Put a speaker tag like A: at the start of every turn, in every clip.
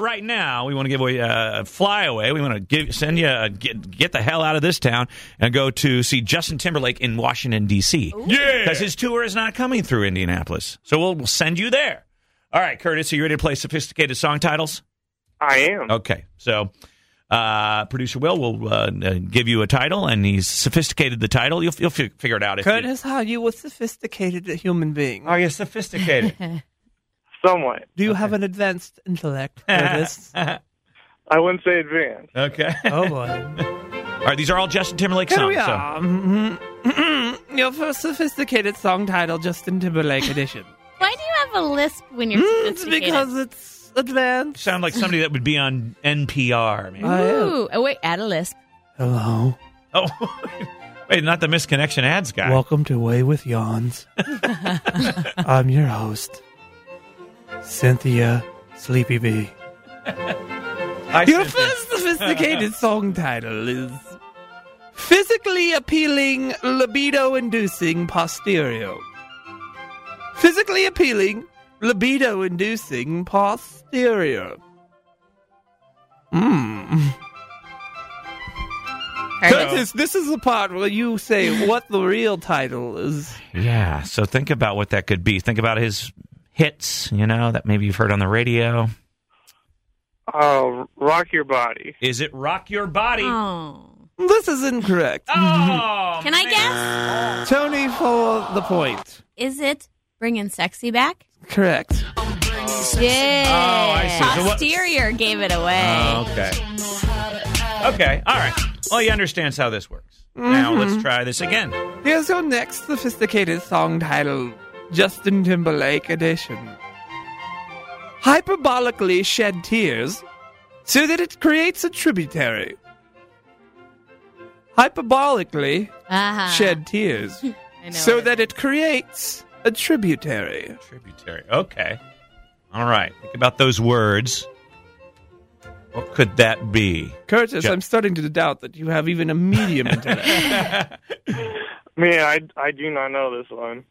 A: right now we want to give away uh, a flyaway. We want to give send you a, get get the hell out of this town and go to see Justin Timberlake in Washington D.C.
B: Yeah.
A: because his tour is not coming through Indianapolis. So we'll, we'll send you there. All right, Curtis, are you ready to play sophisticated song titles?
C: I am.
A: Okay, so. Uh, producer Will will uh, uh, give you a title, and he's sophisticated. The title you'll you'll fi- figure it out. If you-
D: Curtis, how you a sophisticated human being?
A: are you sophisticated?
C: Somewhat.
D: Do you have an advanced intellect, Curtis?
C: I wouldn't say advanced.
A: okay.
D: oh boy.
A: All right, these are all Justin Timberlake
D: Here
A: songs.
D: we
A: so-
D: are. Mhm. Your first sophisticated song title, Justin Timberlake edition.
E: Why do you have a lisp when you're
D: Mm, it's
E: sophisticated?
D: because it's advanced.
A: sound like somebody that would be on NPR. Man.
D: I am.
E: Ooh, oh wait, add a lisp.
D: Hello.
A: Oh, wait, not the misconnection ads guy.
D: Welcome to Way with Yawns. I'm your host, Cynthia Sleepy Bee.
A: I
D: Your
A: said-
D: first sophisticated song title is Physically Appealing Libido Inducing Posterior. Physically Appealing Libido Inducing Posterior. Mmm. Curtis, this is the part where you say what the real title is.
A: yeah. So think about what that could be. Think about his hits. You know that maybe you've heard on the radio.
C: Oh, rock your body.
A: Is it "Rock Your Body"?
E: Oh,
D: This is incorrect.
A: Oh,
E: can I guess?
D: Tony for the point.
E: Is it bringing sexy back?
D: Correct.
E: Yeah.
A: Oh, I see. So what-
E: Posterior gave it away.
D: Oh.
A: Okay. Okay. All right. Well, he understands how this works. Now
E: Mm-hmm.
A: let's try this again.
D: Here's your next sophisticated song title Justin Timberlake Edition. Hyperbolically shed tears so that it creates a tributary. Hyperbolically
E: Uh-huh.
D: shed tears
E: I know
D: so
E: it.
D: that it creates a tributary.
A: Tributary. Okay. All right. Think about those words. What could that be?
D: Curtis,
A: Ju-
D: I'm starting to doubt that you have even a medium intellect.
C: Man, I, I do not know this one.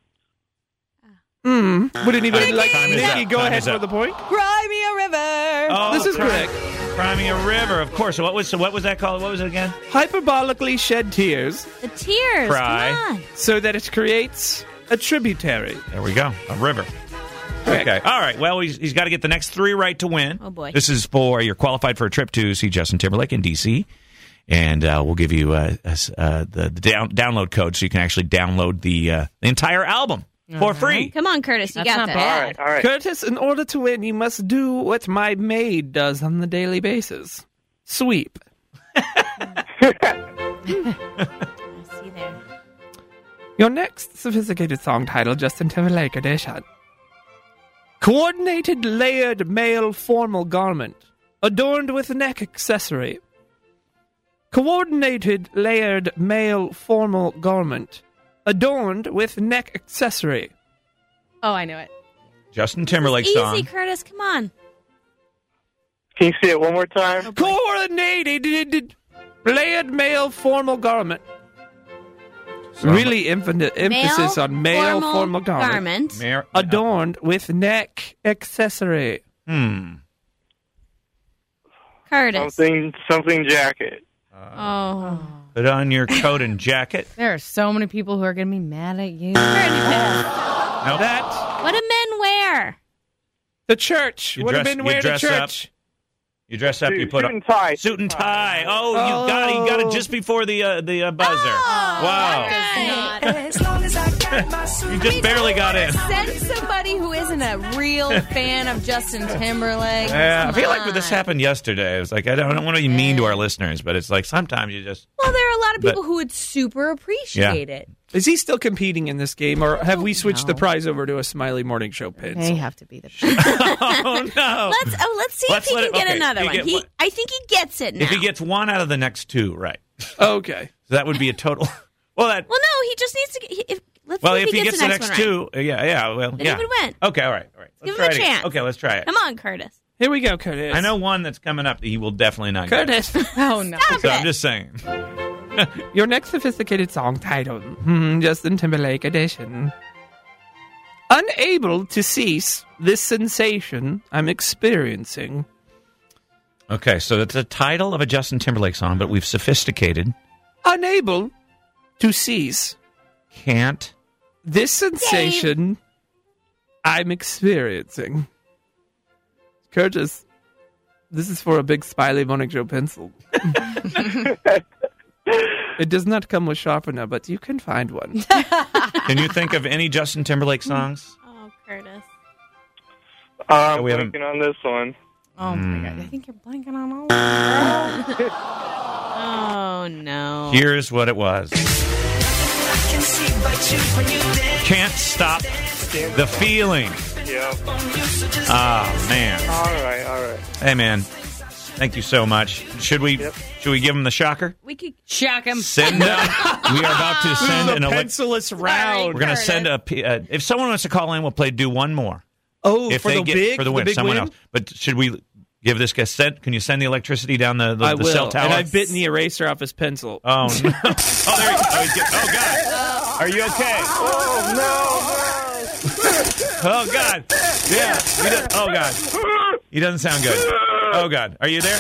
D: Hmm. Wouldn't even like
A: Time is
D: Nikki
A: up.
D: go
A: Time
D: ahead
A: is
D: for
A: up.
D: the point.
E: Crimea River.
A: Oh,
D: this is
A: cri-
D: correct.
A: Crimea River, of course. So what was so what was that called? What was it again?
D: Hyperbolically shed tears
E: The tears.
A: Cry.
E: Come on.
D: so that it creates a tributary.
A: There we go. A river. Okay. All right. Well, he's, he's got to get the next three right to win.
E: Oh, boy.
A: This is for you're qualified for a trip to see Justin Timberlake in DC, and uh, we'll give you uh, us- uh, the, the down, download code so you can actually download the uh, entire album for free.
E: Come on, Curtis. You
F: That's
E: got
F: not
E: that.
C: All right, all right.
D: Curtis, in order to win, you must do what my maid does on the daily basis sweep.
E: I see there.
D: Your next sophisticated song title, Justin Timberlake edition. Coordinated layered male formal garment, adorned with neck accessory. Coordinated layered male formal garment, adorned with neck accessory.
F: Oh, I know it.
A: Justin Timberlake
E: Easy,
A: song.
E: Curtis. Come on.
C: Can you see it one more
D: Oh,
C: time?
D: Coordinated layered male formal garment.
A: Some-
D: really emph- emphasis on male formal, garment.
A: Mar-
D: Adorned with neck accessory.
A: Hmm.
E: Curtis.
C: Something, something jacket.
E: Oh.
A: Put on your coat and jacket.
F: There are so many people who are going to be mad at you.
E: Curtis.
A: Nope.
D: That
E: What do men wear?
D: the church
A: You
D: would have
A: dress- you
D: been wearing the
A: dress up.
D: church.
A: You dress up.
C: Suit-
A: you put
C: suit
A: on
C: and tie.
A: Suit and tie. Oh, you got it. You got it just before the uh, the uh, buzzer.
E: Oh,
D: Oh.
A: wow.
G: As long as I got my suit.
A: You just barely got in.
F: Send somebody who isn't a real fan of Justin Timberlake.
A: Yeah, Uh, I feel like
F: Come
A: this
F: on.
A: happened yesterday. It was like I don't, I don't want to be mean to our listeners, but it's like sometimes you just
F: Well, there are a lot of
A: But-
F: people who would super appreciate it.
D: Is he still competing in this game, or have we switched the prize over to a Smiley Morning Show pin?
F: They have to be the.
A: oh no.
E: Let's oh, let's see
A: Let's
E: if he
A: let
E: can
A: it-
E: get
A: okay,
E: another
A: you
E: one.
A: get
E: he,
A: one.
E: I think he gets it now.
A: If he gets one out of the next two, right?
D: Okay.
A: So that would be a total. Well, that.
E: well, no, he just needs to. get- he- If, let's
A: Well,
E: see
A: if he gets the
E: next
A: next
E: one right.
A: two, uh, yeah, yeah. Well,
E: he
A: yeah.
E: would win.
A: Okay, all right, all right. Let's
E: Give him
A: try
E: a
A: it again.
E: chance.
A: Okay, let's try it.
E: Come on, Curtis.
D: Here we go, Curtis.
A: I know one that's coming up that he will definitely not get.
D: Curtis.
F: Oh no!
E: Stop
A: So
E: it.
A: I'm just saying.
D: Your next sophisticated song title, hmm, Justin Timberlake edition. Unable to cease this sensation I'm experiencing,
A: Okay, so it's the title of a Justin Timberlake song, but we've sophisticated.
D: Unable to seize
A: Can't.
D: this sensation I'm experiencing. Curtis, this is for a big spily Monic Joe pencil. it does not come with sharpener, but you can find one.
A: Can you think of any Justin Timberlake songs?
E: Oh, Curtis.
C: I'm
A: we haven't-
C: blanking Uh, on this one.
F: Oh my
A: Mm.
F: god, I think you're blanking on all. Of them.
E: Oh no.
A: Here's what it was
H: Can see but you when you dance
A: Can't Stop the Feeling.
C: Yeah.
A: Ah, man.
C: All right. All right.
A: Hey, man. Thank you so much. Should we should we give him the shocker?
E: We could.
F: Shock him.
A: Send uh, we are about to send an elec-
D: pencilless
E: round.
A: We're going to send a. P- uh, if someone wants to call in, we'll play do one more.
D: Oh,
A: If
D: for
A: they
D: the
A: get
D: big,
A: for the win,
D: big
A: someone
D: win?
A: else. But should we give this guy send? Can you send the electricity down the, the,
D: I
A: the
D: will.
A: cell tower?
D: And I've bitten the eraser off his pencil.
A: Oh no! oh, there he, oh, he's get- oh God! Are you okay? Oh no! oh God! Yeah. He does, oh God! He doesn't sound good. Oh God! Are you there?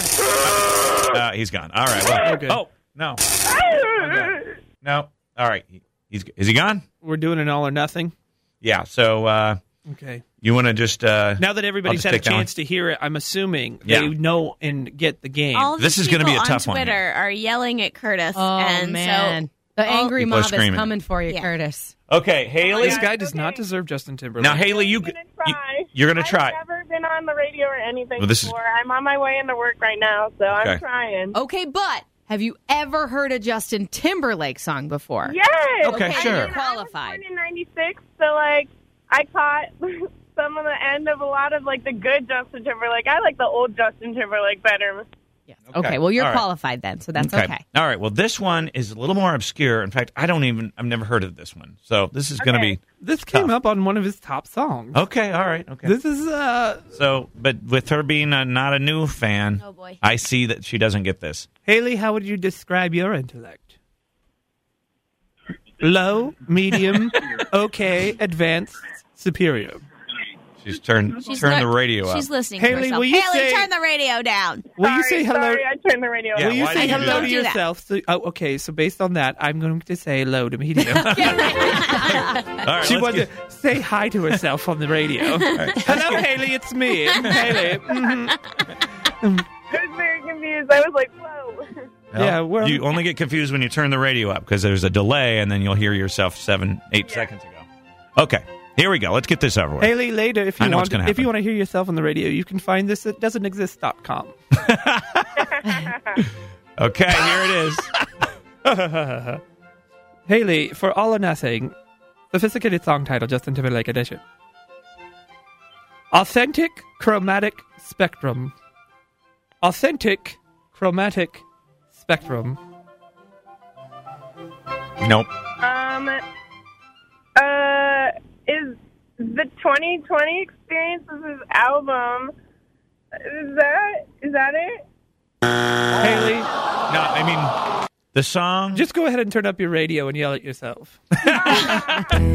A: Uh, he's gone. All right. Well,
D: Okay.
A: Oh no! Oh, God. no. All right. He- He's is he gone?
D: We're doing an all or nothing.
A: Yeah. So uh,
D: Okay.
A: you want to just uh,
D: Now that
A: just
D: everybody's had a
A: take that one.
D: chance to hear it, I'm assuming
A: Yeah.
D: they know and get the game.
E: All
A: This
E: the
A: is gonna be
E: people
A: a tough
E: on
A: one
E: Twitter are yelling at Curtis,
F: Oh
E: and
F: man, the
E: all-
F: angry
A: People are
F: mob is
A: screaming.
F: coming for you,
E: Yeah.
F: Curtis.
A: okay, Haley?
D: this guy does not deserve Justin Timberlake.
A: Now Haley, you,
I: I'm gonna
A: you
I: try.
A: you're gonna try.
I: I've never been on the radio or anything
A: Well, this is-
I: before. I'm on my way into work right now, so
A: Okay.
I: I'm trying.
F: Okay, but have you ever heard a Justin Timberlake song before?
I: Yes.
A: Okay,
I: I mean,
A: sure.
I: I was
F: Qualified.
I: born in '96, so like I caught some of the end of a lot of like the good Justin Timberlake. I like the old Justin Timberlake better.
F: Yes. Okay. well, you're
A: All right.
F: qualified then, so that's okay.
A: All right. Well, this one is a little more obscure. In fact, I don't even I've never heard of this one. So this is going to
I: Okay.
A: be
D: This came
A: uh,
D: up on one of his top songs.
A: okay. All right. Okay.
D: This is uh
A: so, but with her being a, not a new fan,
E: so. Oh boy.
A: I see that she doesn't get this.
D: Haley, how would you describe your intellect? Low, medium, okay, advanced, superior.
A: She's turned
E: She's
A: turned
E: not-
A: the radio up.
E: She's listening.
D: Haley,
E: to herself.
D: will you
E: Haley,
D: say-
E: turn the radio down.
D: Will
I: sorry,
D: you say hello?
I: Sorry, I turned the radio.
A: Yeah,
D: Will you
A: why
D: say
A: did you do that?
D: hello to
E: Don't do that.
D: yourself? So, oh, okay, so based on that, I'm going to say hello to medium.
A: All right,
D: she
A: let's
D: wanted
A: get-
D: to say hi to herself on the radio. Hello, Haley, it's me. I'm Haley. Mhm.
I: I was very confused. I was like, whoa.
A: Well,
D: Yeah, well-
A: you only get confused when you turn the radio up because there's a delay, and then you'll hear yourself seven, eight seconds ago. Okay, here we go. Let's get this over with.
D: Haley, later, if
A: I
D: you
A: know what's
D: want,
A: gonna
D: if
A: happen.
D: you want to hear yourself on the radio, you can find this at doesn'texist.com.
A: Okay, here it is.
D: Haley, for all or nothing, sophisticated song title, Justin Timberlake edition. Authentic chromatic spectrum. Authentic chromatic spectrum.
A: nope.
I: Um, uh, is the 2020 experience is his album? Is that is that it?
D: Haley,
A: No, I mean the song.
D: just go ahead and turn up your radio and yell at yourself.
H: When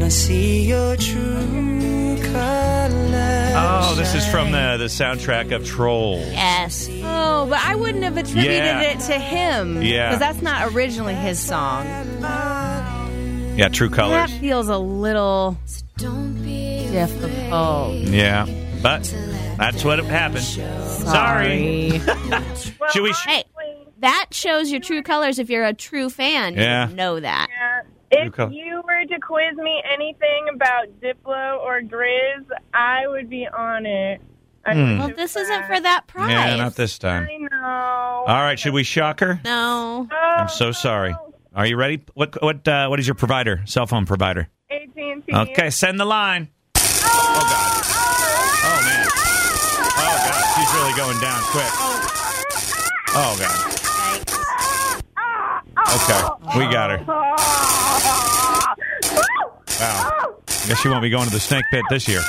H: I see your true colors.
A: oh, this is from the the soundtrack of Trolls.
E: Yes.
F: Oh, but I wouldn't have attributed
A: Yeah.
F: it to him.
A: Yeah.
F: Because that's not originally his song.
A: Yeah, True
F: That
A: Colors.
F: feels a little difficult.
A: Yeah, but that's what happened. Sorry.
F: Sorry.
I: Well,
A: Should we-
E: Hey.
I: honestly,
E: That shows your true colors if you're a true fan.
A: Yeah.
E: You would know that.
I: yeah,
A: You
I: if
A: co-
I: you were to quiz me anything about Diplo or Grizz, I would be on it. I
A: Hmm.
E: Well, this isn't for that prize.
A: Yeah, not this time.
I: I know.
A: All right, should we shock her?
E: No.
A: I'm so sorry. Are you ready? What what uh, what is your provider? Cell phone provider.
I: Oh, AT&T.
A: Okay, send the line. Oh god. Oh man. Oh god, she's really going down quick. Oh god.
I: Ah,
A: Okay, we got her.
I: Oh. Ah.
A: Wow. Guess she won't be going to the snake pit this year.